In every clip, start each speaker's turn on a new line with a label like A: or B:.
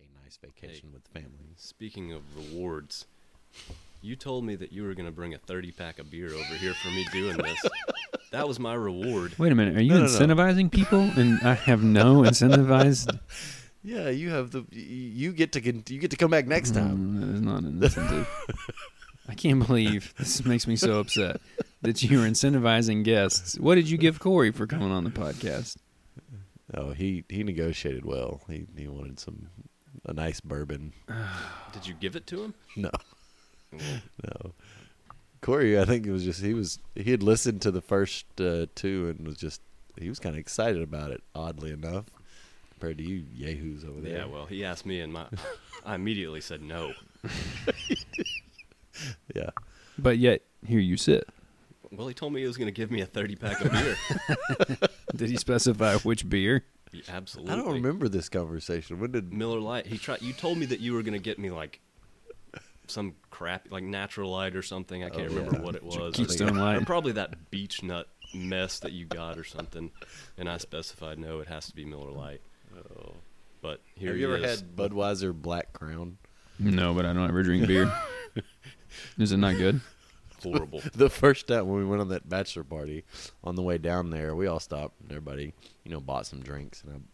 A: a nice vacation with the family.
B: Speaking of rewards, you told me that you were going to bring a 30 pack of beer over here for me doing this. That was my reward.
C: Wait a minute. Are you
A: No, no, no.
C: incentivizing people? And I have no incentivized.
A: Yeah, you have the y- you get to con- you get to come back next time.
C: Mm, that is not an incentive. I can't believe this makes me so upset that you are incentivizing guests. What did you give Corey for coming on the podcast?
A: Oh, he he negotiated well. He he wanted some a nice bourbon.
B: Did you give it to him?
A: No, Mm-hmm. no. Corey, I think it was just he was he had listened to the first uh, two and was just he was kind of excited about it. Oddly enough, compared to you yahoos over there.
B: Yeah, well, he asked me, and my, I immediately said no.
A: yeah.
C: But yet, here you sit.
B: Well, he told me he was going to give me a 30 pack of beer.
C: Did he specify which beer?
B: Yeah, Absolutely.
A: I don't remember this conversation. When did
B: Miller Lite. He tried. You told me that you were going to get me like some crap, like Natural Light or something. I can't
A: Oh,
B: remember
A: yeah.
B: what it was.
C: Keystone
B: Or
C: Light.
B: probably that beach nut mess that you got or something. And I specified, no, it has to be Miller Lite. But
A: Oh.
B: here
A: have
B: he
A: you ever
B: is.
A: had Budweiser Black Crown?
C: No, but I don't ever drink beer. Is it not good?
B: horrible.
A: the first time when we went on that bachelor party, on the way down there, we all stopped and everybody, you know, bought some drinks. And I, I think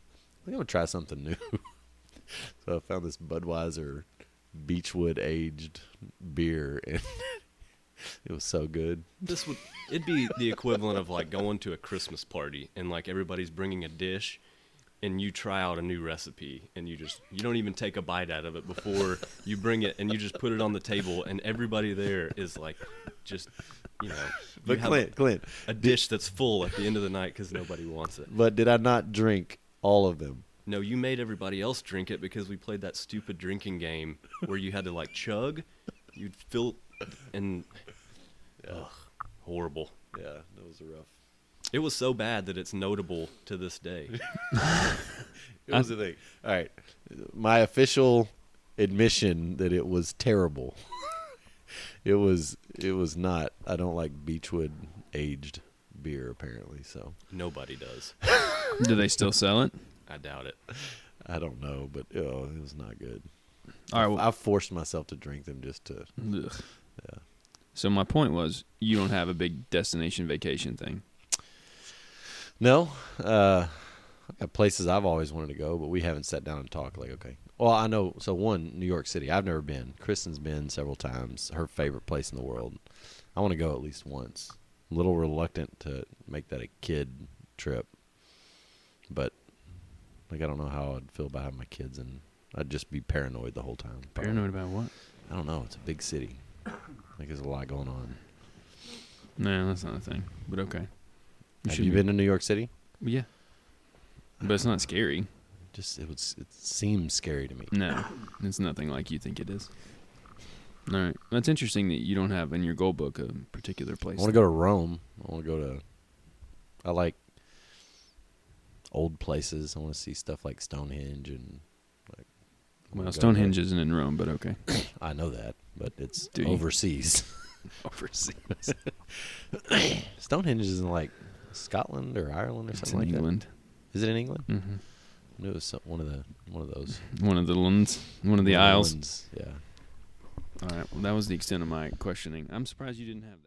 A: I'm gonna try something new. so I found this Budweiser Beechwood aged beer, and it was so good.
B: this would it'd be the equivalent of like going to a Christmas party and like everybody's bringing a dish and you try out a new recipe and you just you don't even take a bite out of it before you bring it and you just put it on the table and everybody there is like just you know you
A: But
B: have
A: Clint, Clint,
B: a dish that's full at the end of the night because nobody wants it
A: but did I not drink all of them?
B: no you made everybody else drink it because we played that stupid drinking game where you had to like chug you'd fill and ugh, horrible
A: Yeah, that was rough.
B: It was so bad that it's notable to this day.
A: It was the thing. All right, my official admission that it was terrible. it was. It was not. I don't like Beechwood aged beer apparently. So
B: Nobody does.
C: Do they still sell it?
B: I doubt it.
A: I don't know, but oh, it was not good.
C: All right. Well,
A: I forced myself to drink them just to.
C: Ugh. So my point was, you don't have a big destination vacation thing.
A: No, uh, I've got places I've always wanted to go, but we haven't sat down and talked. Like, okay, well, I know. So one, New York City. I've never been. Kristen's been several times. Her favorite place in the world. I want to go at least once. I'm a little reluctant to make that a kid trip, but like I don't know how I'd feel about having my kids, and I'd just be paranoid the whole time. probably.
C: about what?
A: I don't know. It's a big city. Like there's a lot going on.
C: No, that's not a thing. But okay.
A: Have
C: should
A: you
C: be-
A: been to New York City?
C: Yeah. But it's not scary.
A: Just it was. It seems scary to me.
C: No, it's nothing like you think it is. All right, that's interesting that you don't have in your goal book a particular place.
A: I want to go to Rome. I want to go to. I like old places. I want to see stuff like Stonehenge and like. I wanna
C: Well,
A: go to-
C: Stonehenge isn't in Rome, but okay.
A: I know that, but it's
C: Do you?
A: overseas. overseas. Stonehenge is in like Scotland or Ireland or
C: It's in
A: something like
C: England.
A: that. Is it in England?
C: hmm
A: No, it was some, one of the one of those.
C: One of the lands, one of the
A: One
C: isles.
A: ones, Yeah.
C: All right, well, that was the extent of my questioning. I'm surprised you didn't have that.